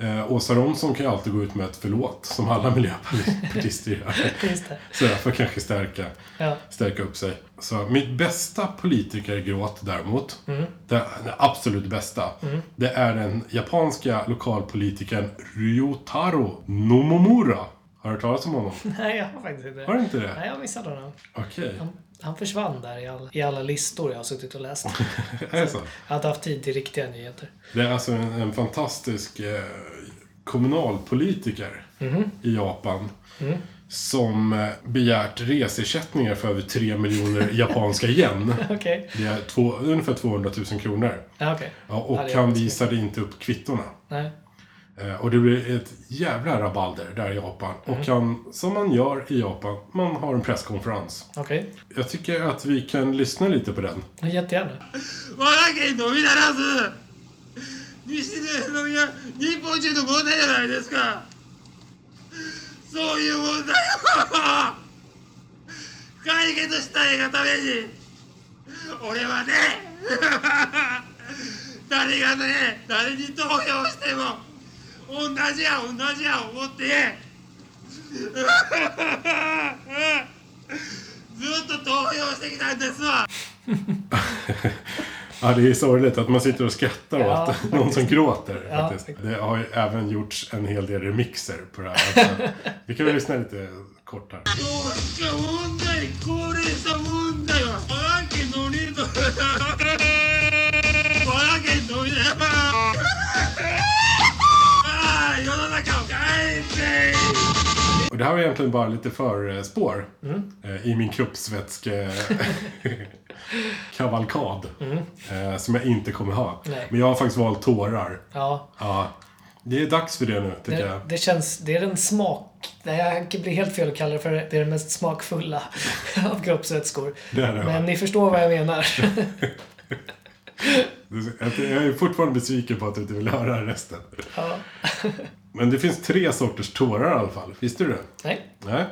Speaker 2: Eh, Åsa Romson kan ju alltid gå ut med ett förlåt, som alla miljöpartister gör.
Speaker 1: Just det.
Speaker 2: Så jag får kanske stärka,
Speaker 1: Ja.
Speaker 2: stärka upp sig. Så mitt bästa politikergråt däremot,
Speaker 1: Mm.
Speaker 2: det, det absolut bästa, det är den japanska lokalpolitikern Ryotaro Nomomura. Har du hört talas om honom?
Speaker 1: Nej, jag har faktiskt inte
Speaker 2: Har du inte det?
Speaker 1: Nej, jag missade honom.
Speaker 2: Okej,
Speaker 1: Han försvann där i, all, i alla listor jag har suttit och läst.
Speaker 2: är det så?
Speaker 1: Jag har inte haft tid till riktiga nyheter.
Speaker 2: Det är alltså en, en fantastisk eh, kommunalpolitiker
Speaker 1: Mhm.
Speaker 2: i Japan.
Speaker 1: Mm.
Speaker 2: Som eh, begärt resersättningar för över 3 miljoner japanska yen.
Speaker 1: Okej.
Speaker 2: Det är två, ungefär 200 000 kronor.
Speaker 1: Ja, okej.
Speaker 2: Ja,
Speaker 1: Ja,
Speaker 2: och
Speaker 1: det är
Speaker 2: han
Speaker 1: också
Speaker 2: visade inte upp kvittorna.
Speaker 1: Nej.
Speaker 2: Eh, Och det blir ett jävla rabalder där i Japan. Och
Speaker 1: Mhm.
Speaker 2: han, som man gör i Japan, man har en presskonferens.
Speaker 1: Okej.
Speaker 2: Jag tycker att vi kan lyssna lite på den.
Speaker 1: Jättegärna.
Speaker 8: 我が県のみならず西での皆日本中の問題じゃないですかそういう問題を解決したいがために俺はね 誰がね誰に投票しても同じや同じや思って ずっと投票してきたんですわ
Speaker 2: Ja, det är sorgligt att man sitter och skrattar
Speaker 1: Ja,
Speaker 2: åt
Speaker 1: faktiskt.
Speaker 2: någon som gråter.
Speaker 1: Ja,
Speaker 2: faktiskt.
Speaker 1: faktiskt.
Speaker 2: Det har ju även gjorts en hel del remixer på det här. Alltså, vi kan väl lyssna lite kort här.
Speaker 8: どうしよう問題高齢者問題はバラけのりとバラけのりだああ世の中を変えて
Speaker 2: Och det här var egentligen bara lite förspår
Speaker 1: Mm.
Speaker 2: eh, i min kroppsvätske kavalkad. Eh, som jag inte kommer ha.
Speaker 1: Mm. Nej.
Speaker 2: Men jag har faktiskt valt tårar.
Speaker 1: Ja,
Speaker 2: Ja, det är dags för det nu tycker
Speaker 1: det,
Speaker 2: jag.
Speaker 1: det känns... Det är den smak... Nej, jag blir helt fel att kalla det för det. Det är den mest smakfulla av kroppsvätskor.
Speaker 2: Det är det, va?
Speaker 1: Men ni förstår vad jag menar.
Speaker 2: Jag är fortfarande besviken på att du inte vill höra resten.
Speaker 1: Ja.
Speaker 2: Men det finns tre sorters tårar i alla fall. Visste du det?
Speaker 1: Nej.
Speaker 2: Nej.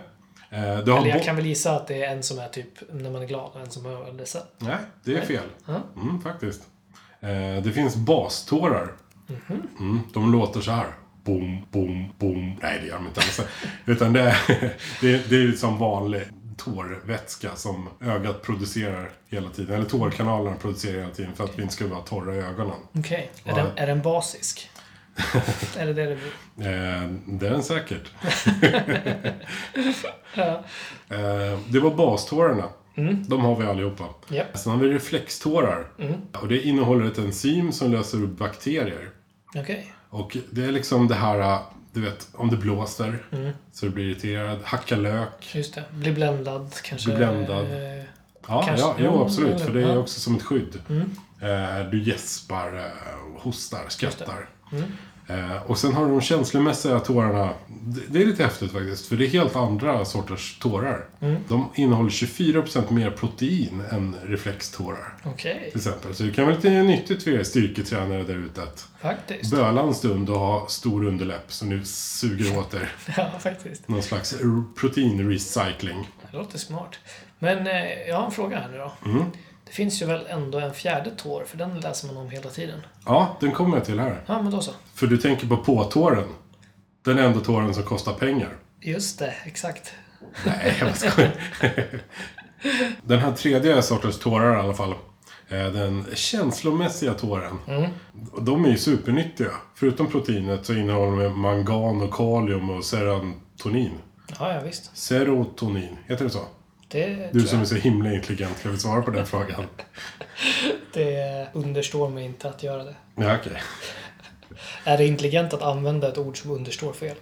Speaker 2: Eh, Du har
Speaker 1: Eller jag
Speaker 2: bo-
Speaker 1: kan väl gissa att det är en som är typ när man är glad och en som är ledsen.
Speaker 2: Nej, det är fel. Mm, faktiskt. Eh, Det finns bastårar.
Speaker 1: Mhm.
Speaker 2: Mm, de låter så här. Boom, boom, boom. Nej, det gör de inte alls. Utan det är, det är, det är ju som vanlig tårvätska som ögat producerar hela tiden. Eller tårkanalerna producerar hela tiden för att vi inte ska vara torra i ögonen.
Speaker 1: Okej. Är, den, är den basisk? är det det det blir?
Speaker 2: Eh, det är den säkert. eh, det var bastårarna.
Speaker 1: Mm.
Speaker 2: De har vi allihopa.
Speaker 1: Japp.
Speaker 2: Sen har vi reflextårar.
Speaker 1: Mm.
Speaker 2: Och det innehåller ett enzym som löser upp bakterier.
Speaker 1: Okej.
Speaker 2: Och det är liksom det här, eh, du vet, om det blåser
Speaker 1: Mm.
Speaker 2: så du blir irriterad. Hacka lök.
Speaker 1: Just det. Bli bländad kanske.
Speaker 2: Bli bländad.
Speaker 1: Eh,
Speaker 2: Ja,
Speaker 1: Kanske-
Speaker 2: ja jo,
Speaker 1: ja,
Speaker 2: absolut. För det är
Speaker 1: ja. Mm.
Speaker 2: också som ett skydd. Eh, du gäspar, eh, hostar, skrattar.
Speaker 1: Mm.
Speaker 2: Eh, och sen har du de känslomässiga tårarna. Det, det är lite häftigt faktiskt, för det är helt andra sorters tårar.
Speaker 1: Mm.
Speaker 2: De innehåller 24% mer protein än reflextårar.
Speaker 1: Okej.
Speaker 2: Till exempel. Så det kan vara lite nyttigt för er styrketränare där ute att
Speaker 1: Faktiskt.
Speaker 2: böla en stund och ha stor underläpp som nu suger åt er.
Speaker 1: Ja, faktiskt.
Speaker 2: Någon slags r- proteinrecycling.
Speaker 1: Det låter smart. Men eh, jag har en fråga här nu då.
Speaker 2: Mm.
Speaker 1: Det finns ju väl ändå en fjärde tår, för den läser man om hela tiden.
Speaker 2: Ja, den kommer jag till här.
Speaker 1: Ja, men då så.
Speaker 2: För du tänker på påtåren. Den enda tåren som kostar pengar.
Speaker 1: Just det, exakt.
Speaker 2: Nej, jag bara skojar. Den här tredje sortens tårar i alla fall. är Den känslomässiga tåren. Och De är ju supernyttiga. Förutom proteinet så innehåller de mangan och kalium och serotonin.
Speaker 1: Ja, ja visst.
Speaker 2: Serotonin, heter det så?
Speaker 1: Det,
Speaker 2: Du
Speaker 1: tror
Speaker 2: som är
Speaker 1: jag,
Speaker 2: så himla intelligent, kan vi svara på den frågan?
Speaker 1: det understår mig inte att göra det.
Speaker 2: Ja, okej.
Speaker 1: Är det intelligent att använda ett ord som understår fel?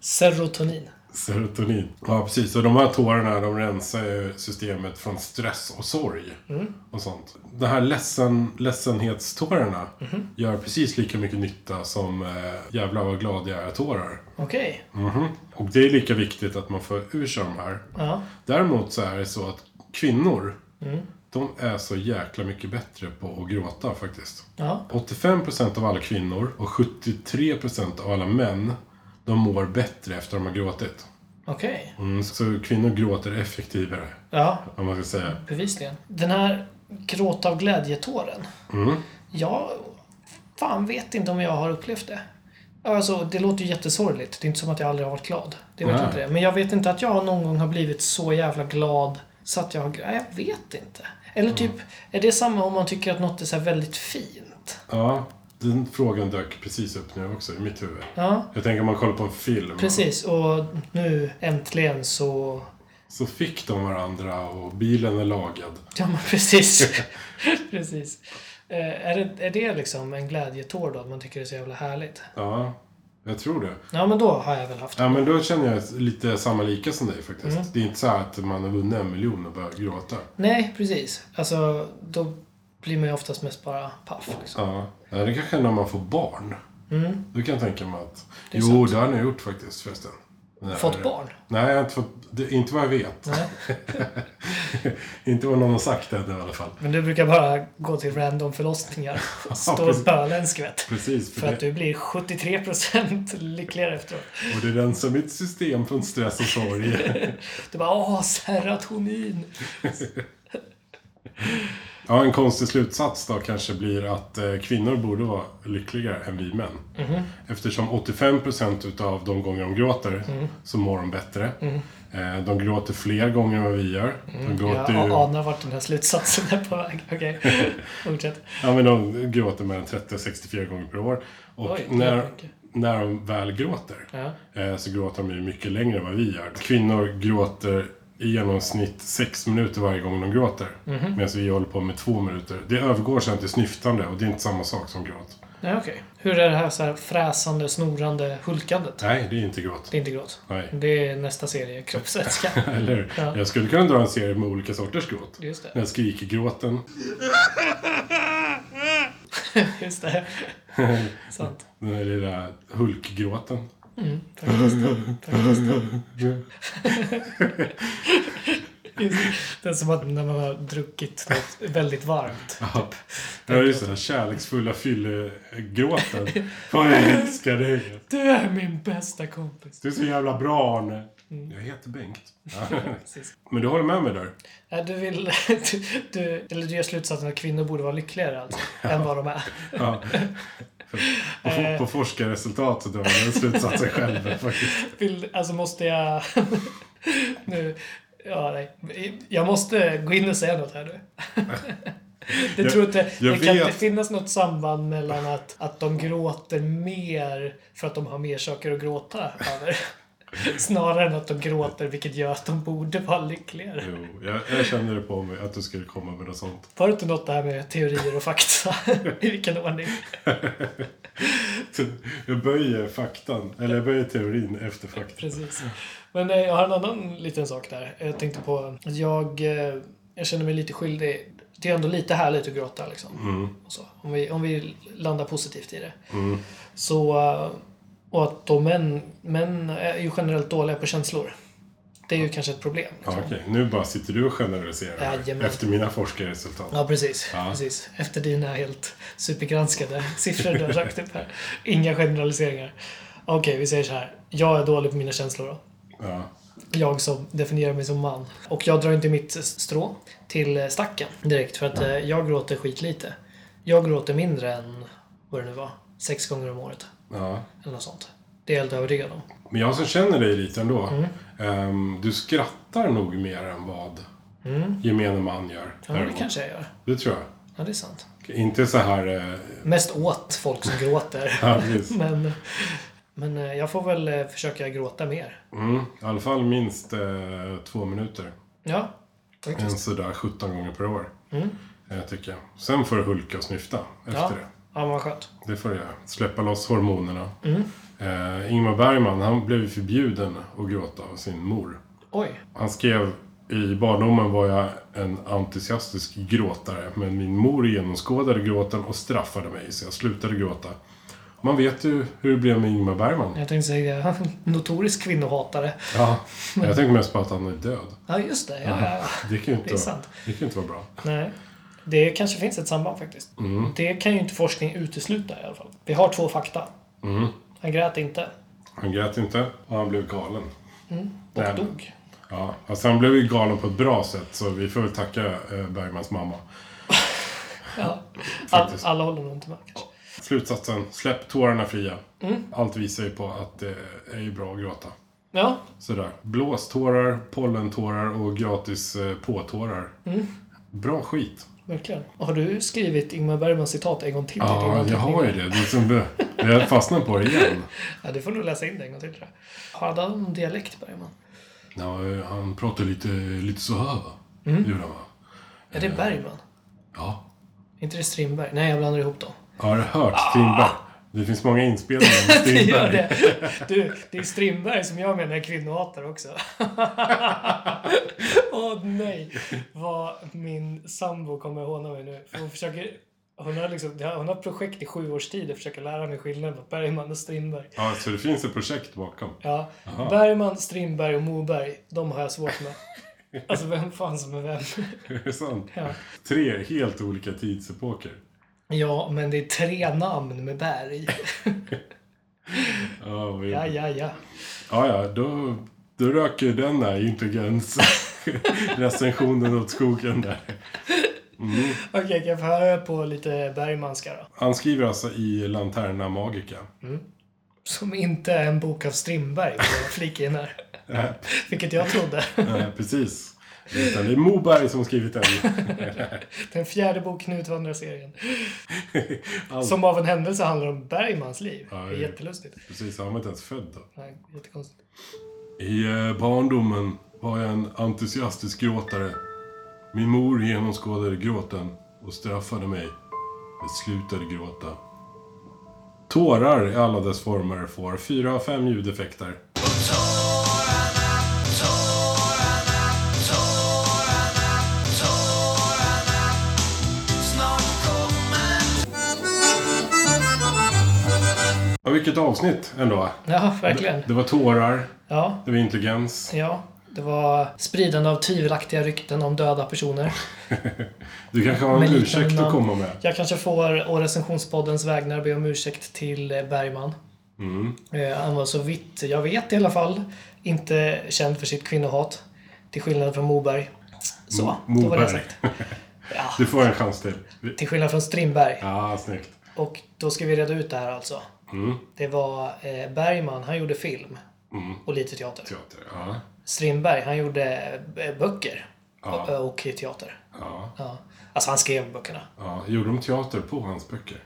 Speaker 1: Serotonin.
Speaker 2: Serotonin. Ja, precis. Och de här tårarna, de rensar ju systemet från stress och sorg. Och sånt. De här ledsen, ledsenhetstårarna gör precis lika mycket nytta som eh, jävlar vad glad jag är-tårar.
Speaker 1: Okej.
Speaker 2: Mhm. Och det är lika viktigt att man får ur sig de här.
Speaker 1: Ja.
Speaker 2: Däremot så är det så att kvinnor, de är så jäkla mycket bättre på att gråta faktiskt.
Speaker 1: ja.
Speaker 2: 85% av alla kvinnor och 73% av alla män, de mår bättre efter de har gråtit.
Speaker 1: Okej.
Speaker 2: Mm, så kvinnor gråter effektivare,
Speaker 1: Ja,
Speaker 2: om man ska säga.
Speaker 1: bevisligen. Den här gråt av glädjetåren.
Speaker 2: Mm.
Speaker 1: Jag fan vet inte om jag har upplevt det. Alltså, det låter ju jättesorgligt. Det är inte som att jag aldrig har varit glad. Det vet
Speaker 2: Nej.
Speaker 1: jag inte det. Men jag vet inte att jag någon gång har blivit så jävla glad så att jag har... Nej, Jag vet inte.
Speaker 2: Mm.
Speaker 1: Eller typ, är det samma om man tycker att något är så här väldigt fint?
Speaker 2: Ja, den frågan dök precis upp nu också, i mitt huvud.
Speaker 1: Ja,
Speaker 2: Jag tänker om man kollar på en film.
Speaker 1: precis. Och nu äntligen så...
Speaker 2: Så fick de varandra och bilen är lagad.
Speaker 1: Ja, men precis. precis. Eh, är, det, är det liksom en glädjetår då? Att man tycker det är så jävla härligt?
Speaker 2: Ja, jag tror det.
Speaker 1: Ja, men då har jag väl haft
Speaker 2: Ja, men då känner jag lite samma lika som dig faktiskt.
Speaker 1: Mm.
Speaker 2: Det är inte så här att man har vunnit en miljon och börjar gråta.
Speaker 1: Nej, precis. Alltså, då blir man ju oftast mest bara paff. Liksom.
Speaker 2: Ja, Ja, det kanske är när man får barn. Då kan jag tänka mig att...
Speaker 1: Mm. är
Speaker 2: Jo,
Speaker 1: sant.
Speaker 2: det har jag nog gjort faktiskt förresten. När-
Speaker 1: Fått barn?
Speaker 2: Nej, jag har inte fått... Det, inte vad jag vet.
Speaker 1: Nej.
Speaker 2: inte vad någon har sagt ännu i alla fall.
Speaker 1: Men du brukar bara gå till random förlossningar och stå och
Speaker 2: precis.
Speaker 1: böla en skvätt.
Speaker 2: Precis, för,
Speaker 1: För att
Speaker 2: det,
Speaker 1: du blir 73% lyckligare efteråt.
Speaker 2: och det rensar mitt system från stress och sorg.
Speaker 1: Du bara åh, serotonin!
Speaker 2: ja, en konstig slutsats då kanske blir att eh, kvinnor borde vara lyckligare än vi män.
Speaker 1: Mhm.
Speaker 2: Eftersom 85% utav de gånger de gråter
Speaker 1: Mm.
Speaker 2: så mår de bättre. Eh, de gråter fler gånger än vad vi gör. De
Speaker 1: Jag
Speaker 2: gråter ju...
Speaker 1: anar vart den här slutsatsen är på väg. Okej, fortsätt.
Speaker 2: Ja, men de gråter mellan 30 och 64 gånger per år. Och
Speaker 1: Oj, det är
Speaker 2: när,
Speaker 1: mycket.
Speaker 2: när de väl gråter
Speaker 1: Ja.
Speaker 2: eh, så gråter de ju mycket längre än vad vi gör. Kvinnor gråter i genomsnitt sex minuter varje gång de gråter.
Speaker 1: Mhm.
Speaker 2: Medan vi håller på med två minuter. Det övergår sen till snyftande och det är inte samma sak som gråt.
Speaker 1: Nej, okej. Hur är det här så här fräsande, snorande, hulkandet?
Speaker 2: Nej, det är inte gråt.
Speaker 1: Det är inte gråt.
Speaker 2: Nej.
Speaker 1: Det är nästa serie, kroppsvätska.
Speaker 2: Eller hur?
Speaker 1: Ja.
Speaker 2: Jag skulle kunna dra en serie med olika sorters gråt.
Speaker 1: Just det.
Speaker 2: Den skrikgråten,
Speaker 1: Just det. Sant.
Speaker 2: den här lilla hulkgråten.
Speaker 1: Mm, Just det. det är som att när man har druckit något väldigt varmt.
Speaker 2: Ja, ja just det. Kärleksfulla fyllegråten. Fan, jag älskar dig.
Speaker 1: Du är min bästa kompis.
Speaker 2: Du är så jävla bra, Arne.
Speaker 1: Mm.
Speaker 2: Jag heter Bengt.
Speaker 1: Precis.
Speaker 2: Men du håller med mig där?
Speaker 1: Nej, Äh, Du vill... Du, du, eller du gör slutsatsen att kvinnor borde vara lyckligare alltså, än vad de är.
Speaker 2: Ja. På,
Speaker 1: Eh.
Speaker 2: for- på forskarresultatet drar jag den slutsatsen själv faktiskt.
Speaker 1: Vill, alltså måste jag... nu... Ja, nej. Jag måste gå in och säga något här nu. Det,
Speaker 2: Jag-
Speaker 1: tror inte,
Speaker 2: jag
Speaker 1: det kan
Speaker 2: vet.
Speaker 1: inte finnas något samband mellan att, att de gråter mer för att de har mer saker att gråta över. Snarare än att de gråter vilket gör att de borde vara lyckligare.
Speaker 2: Jo, jag, jag kände det på mig att du skulle komma med något sånt.
Speaker 1: Var det inte något det här med teorier och fakta? I vilken ordning?
Speaker 2: Jag böjer faktan, eller jag böjer teorin efter faktan.
Speaker 1: Precis. Men eh, jag har en annan liten sak där. Jag tänkte på att jag, eh, jag känner mig lite skyldig. Det är ändå lite härligt att gråta liksom. Och så, om, vi, om vi landar positivt i det. Så, eh, och att då män, män är ju generellt dåliga på känslor. Det är ju kanske ett problem.
Speaker 2: Ja,
Speaker 1: Liksom.
Speaker 2: Okej, nu bara sitter du och generaliserar
Speaker 1: Jajamän.
Speaker 2: efter mina forskarresultat.
Speaker 1: Ja, precis,
Speaker 2: Ja.
Speaker 1: precis. Efter dina helt supergranskade siffror du har rakt upp här. Inga generaliseringar. Okej, vi säger så här. Jag är dålig på mina känslor då.
Speaker 2: Ja.
Speaker 1: jag som definierar mig som man. Och jag drar inte mitt strå till eh, stacken direkt för att eh, jag gråter skitlite. Jag gråter mindre än vad det nu var, sex gånger om året.
Speaker 2: Ja.
Speaker 1: Eller något sånt. Det är jag helt övertygad om.
Speaker 2: Men jag som känner dig lite ändå.
Speaker 1: Mm.
Speaker 2: ehm, du skrattar nog mer än vad gemene man gör.
Speaker 1: Mm. Ja, det
Speaker 2: däremot.
Speaker 1: kanske jag gör.
Speaker 2: Det tror jag.
Speaker 1: Ja, det är sant.
Speaker 2: Inte så här... eh,
Speaker 1: Mest åt folk som gråter.
Speaker 2: ja, precis.
Speaker 1: Men, men eh, jag får väl eh, försöka gråta mer.
Speaker 2: Mm, I alla fall minst eh, två minuter.
Speaker 1: Ja,
Speaker 2: En
Speaker 1: faktiskt.
Speaker 2: sådär 17 gånger per år. Eh, tycker jag. Sen får du hulka och snyfta efter
Speaker 1: Mm. Ja,
Speaker 2: det.
Speaker 1: ja men vad skönt.
Speaker 2: Det får du göra. Släppa loss hormonerna.
Speaker 1: Mm.
Speaker 2: Eh, Ingmar Bergman, han blev ju förbjuden att gråta av sin mor.
Speaker 1: Oj.
Speaker 2: Han skrev i barndomen var jag en entusiastisk gråtare men min mor genomskådade gråten och straffade mig så jag slutade gråta. Man vet ju hur det blev med Ingmar Bergman.
Speaker 1: Jag tänkte säga notorisk kvinnohatare.
Speaker 2: Ja, jag tänker mest på att han är död.
Speaker 1: Ja, just det. Ja, ja, ja.
Speaker 2: Det kan ju inte,
Speaker 1: Det är sant.
Speaker 2: det kan ju inte vara bra.
Speaker 1: Nej. Det kanske finns ett samband faktiskt.
Speaker 2: Mm.
Speaker 1: Det kan ju inte forskning utesluta i alla fall. Vi har två fakta.
Speaker 2: Mm.
Speaker 1: Han grät inte.
Speaker 2: Han grät inte och han blev galen.
Speaker 1: Mm. Och
Speaker 2: Nej.
Speaker 1: dog.
Speaker 2: Ja, alltså han blev ju galen på ett bra sätt så vi får väl tacka eh, Bergmans mamma.
Speaker 1: Ja. All,
Speaker 2: Faktiskt.
Speaker 1: alla håller nog inte med kanske.
Speaker 2: Slutsatsen, släpp tårarna fria.
Speaker 1: Mm.
Speaker 2: Allt visar ju på att det är ju bra att gråta.
Speaker 1: Ja,
Speaker 2: Sådär. Blåstårar, pollentårar och gratis eh, påtårar. Bra skit.
Speaker 1: verkligen. Och har du skrivit Ingmar Bergmans citat en gång till? i din
Speaker 2: Ja, jag
Speaker 1: anteckning?
Speaker 2: har ju det. det är som, be- eh, jag fastnar på det igen.
Speaker 1: Ja, du får nog läsa in det en gång till tror jag. Hade han någon dialekt Bergman?
Speaker 2: Ja, eh, han pratar lite, lite så här va? Gjorde han va?
Speaker 1: Är
Speaker 2: Eh.
Speaker 1: det Bergman?
Speaker 2: Ja.
Speaker 1: Är inte det Strindberg? Nej, jag blandar ihop dem.
Speaker 2: Jag har hört Strindberg. Det finns många inspelningar med
Speaker 1: Det gör
Speaker 2: Strindberg.
Speaker 1: det. Du, det är Strindberg som jag menar är kvinnohatare också. Åh nej! Vad min sambo kommer håna mig nu. För Hon försöker... Hon har, liksom, det har- hon har ett projekt i sju års tid och försöker lära mig skillnaden på Bergman och Strindberg.
Speaker 2: Ja, så det finns ett projekt bakom.
Speaker 1: Ja, Bergman, Strindberg och Moberg, de har jag svårt med. Alltså vem fan som är vem.
Speaker 2: Är det sant?
Speaker 1: Ja.
Speaker 2: Tre helt olika tidsepoker.
Speaker 1: Ja, men det är tre namn med berg.
Speaker 2: Ja, vad
Speaker 1: Ja,
Speaker 2: är det?
Speaker 1: ja, ja.
Speaker 2: ja, ja då, då röker ju den där intelligensrecensionen åt skogen där.
Speaker 1: Okej, kan jag få höra på lite Bergmanska då?
Speaker 2: Han skriver alltså i Lanterna Magica.
Speaker 1: Som inte är en bok av Strindberg, vill jag flika in här. Vilket jag trodde.
Speaker 2: Eh, precis. Utan det är Moberg som har skrivit den.
Speaker 1: Den fjärde bok Knut vandrar-serien.
Speaker 2: Allt.
Speaker 1: Som av en händelse handlar om Bergmans liv.
Speaker 2: Ja,
Speaker 1: det är
Speaker 2: det-
Speaker 1: jättelustigt.
Speaker 2: Precis, han var inte ens född då.
Speaker 1: Nej, jättekonstigt.
Speaker 2: I eh, barndomen var jag en entusiastisk gråtare. Min mor genomskådade gråten och straffade mig. Jag slutade gråta. Tårar i alla dess former får fyra av fem ljudeffekter. Ja, vilket avsnitt ändå.
Speaker 1: Ja, verkligen.
Speaker 2: Det var tårar,
Speaker 1: Ja,
Speaker 2: det var intelligens.
Speaker 1: ja. Det var spridande av tvivelaktiga rykten om döda personer.
Speaker 2: Du kanske har
Speaker 1: Med
Speaker 2: en
Speaker 1: lite
Speaker 2: ursäkt
Speaker 1: namn.
Speaker 2: att komma med.
Speaker 1: Jag kanske får å recensionspoddens vägnar be om ursäkt till eh, Bergman.
Speaker 2: Mm.
Speaker 1: Eh, Han var så vitt jag vet i alla fall inte känd för sitt kvinnohat. Till skillnad från Moberg. Så,
Speaker 2: Mo-
Speaker 1: då var
Speaker 2: Mm,
Speaker 1: det
Speaker 2: Moberg.
Speaker 1: sagt. Ja,
Speaker 2: Du får en chans till. Vi-
Speaker 1: till skillnad från Strindberg.
Speaker 2: Ja, snyggt.
Speaker 1: Och då ska vi reda ut det här alltså.
Speaker 2: Mm.
Speaker 1: Det var eh, Bergman, han gjorde film. Och lite teater.
Speaker 2: Teater. Mm. Ja.
Speaker 1: Strindberg, han gjorde eh, böcker.
Speaker 2: Ja.
Speaker 1: Och, eh, och teater.
Speaker 2: ja.
Speaker 1: Ja. Alltså han skrev böckerna.
Speaker 2: ja. Gjorde de teater på hans böcker?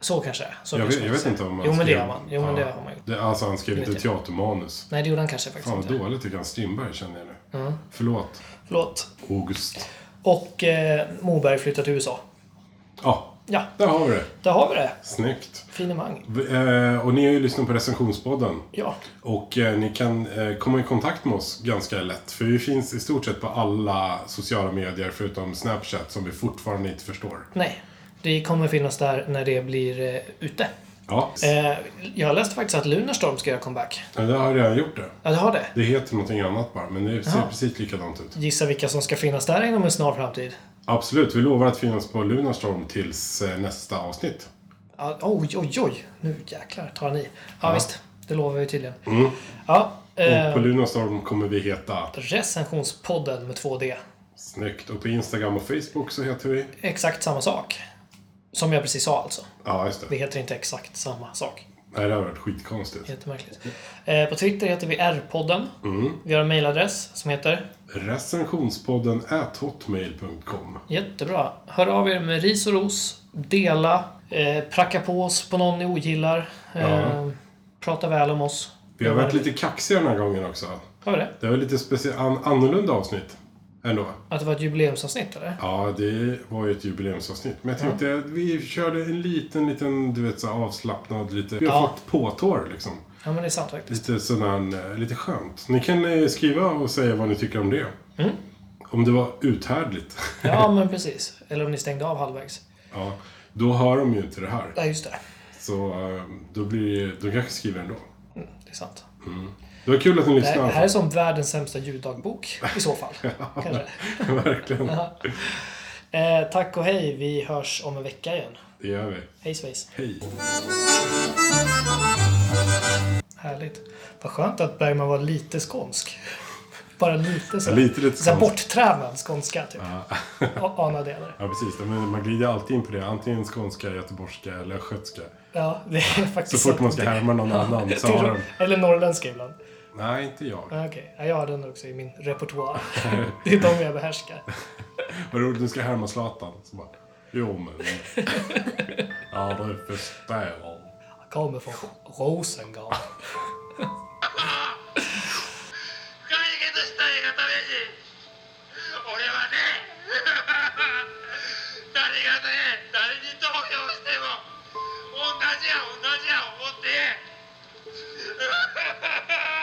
Speaker 1: Så kanske så
Speaker 2: Jag
Speaker 1: kanske
Speaker 2: vet, jag
Speaker 1: man
Speaker 2: vet
Speaker 1: säger.
Speaker 2: inte om han
Speaker 1: Jo men det
Speaker 2: skrev-
Speaker 1: gör man. Jo men det har man gjort.
Speaker 2: Det, alltså han skrev
Speaker 1: Det vet
Speaker 2: inte teatermanus.
Speaker 1: Nej det gjorde han kanske faktiskt
Speaker 2: Fan vad
Speaker 1: inte.
Speaker 2: dåligt tycker han Strindberg känner jag nu. Förlåt.
Speaker 1: Förlåt.
Speaker 2: August.
Speaker 1: Och eh, Moberg flyttade till USA.
Speaker 2: Ja,
Speaker 1: Ja,
Speaker 2: där har vi det.
Speaker 1: där har vi det.
Speaker 2: Snyggt.
Speaker 1: Finemang.
Speaker 2: V- eh, Och ni har ju lyssnat på recensionspodden.
Speaker 1: Ja,
Speaker 2: Och eh, ni kan eh, komma i kontakt med oss ganska lätt. För vi finns i stort sett på alla sociala medier förutom Snapchat som vi fortfarande inte förstår.
Speaker 1: nej. Det kommer finnas där när det blir eh, ute.
Speaker 2: Ja,
Speaker 1: Eh, jag läste faktiskt att Lunarstorm ska göra comeback.
Speaker 2: Ja, det har jag redan gjort det.
Speaker 1: Ja, det har det.
Speaker 2: Det heter någonting annat bara, men det ser
Speaker 1: Ja.
Speaker 2: precis likadant ut.
Speaker 1: Gissa vilka som ska finnas där inom en snar framtid.
Speaker 2: Absolut, vi lovar att finnas på Lunarstorm tills eh, nästa avsnitt.
Speaker 1: Ja, oj, oj, oj. Nu jäklar tar han i. Ja, visst. Det lovar vi tydligen.
Speaker 2: Mm.
Speaker 1: Ja,
Speaker 2: Och
Speaker 1: eh,
Speaker 2: på Lunarstorm kommer vi heta
Speaker 1: recensionspodden med 2D.
Speaker 2: Snyggt. Och på Instagram och Facebook så heter vi...
Speaker 1: Exakt samma sak. Som jag precis sa alltså.
Speaker 2: Ja, just
Speaker 1: Vi
Speaker 2: det.
Speaker 1: heter inte exakt samma sak.
Speaker 2: Nej, det har varit skitkonstigt.
Speaker 1: Jättemärkligt. Eh, på Twitter heter vi R-podden. Vi har en mailadress som heter
Speaker 2: Recensionspodden at hotmail.com.
Speaker 1: Jättebra. Hör av er med ris och ros. Dela. Eh, pracka på oss på någon ni ogillar. Eh,
Speaker 2: Ja.
Speaker 1: Prata väl om oss.
Speaker 2: Vi har varit lite kaxiga den här gången också.
Speaker 1: Har vi det?
Speaker 2: Det var lite specie- an- annorlunda avsnitt ändå.
Speaker 1: Att det var ett jubileumsavsnitt eller?
Speaker 2: Ja, det var ju ett jubileumsavsnitt. Men jag tänkte att vi körde en liten, liten, du vet så här avslappnad, lite... Vi har
Speaker 1: Ja.
Speaker 2: fått påtår liksom.
Speaker 1: Ja men det är sant faktiskt.
Speaker 2: Lite sådär, eh, lite skönt. Ni kan eh, skriva och säga vad ni tycker om det.
Speaker 1: Mm.
Speaker 2: Om det var uthärdligt.
Speaker 1: Ja men precis. Eller om ni stängde av halvvägs.
Speaker 2: ja, då hör de ju inte det här.
Speaker 1: Nej just det.
Speaker 2: Så eh, då blir det, de kanske skriver ändå.
Speaker 1: Det är sant.
Speaker 2: Det var kul att ni
Speaker 1: Det
Speaker 2: lyssnade.
Speaker 1: här, det här är som världens sämsta ljuddagbok i så fall. Kanske.
Speaker 2: Verkligen.
Speaker 1: Eh, tack och hej. Vi hörs om en vecka igen.
Speaker 2: Det gör vi.
Speaker 1: Hej svejs.
Speaker 2: Hej.
Speaker 1: Härligt. Vad skönt att Bergman var lite skånsk. Bara lite så.
Speaker 2: Ja, lite, lite
Speaker 1: så här
Speaker 2: skånsk.
Speaker 1: bortträvad skånska typ. Ja. Anade jag där.
Speaker 2: Ja, precis. Men man glider alltid in på det. Antingen skånska, göteborgska eller östgötska.
Speaker 1: Ja, det är
Speaker 2: Så
Speaker 1: faktiskt
Speaker 2: fort man ska
Speaker 1: Det-
Speaker 2: härma någon annan så har de...
Speaker 1: Eller norrländska ibland.
Speaker 2: Nej, inte jag.
Speaker 1: Ja, Okej, ja, jag har den också i min repertoar. det är de jag behärskar.
Speaker 2: Vad roligt, du ska härma Zlatan. Så bara, jo men... ja, du förstår.
Speaker 1: Jag kommer från Rosengård.
Speaker 8: Kaiken tustaega tavesi. Olevan ne. Dari ga ne. Dari ni tohyo shite mo. Ondaji ya, ondaji ya, omotte.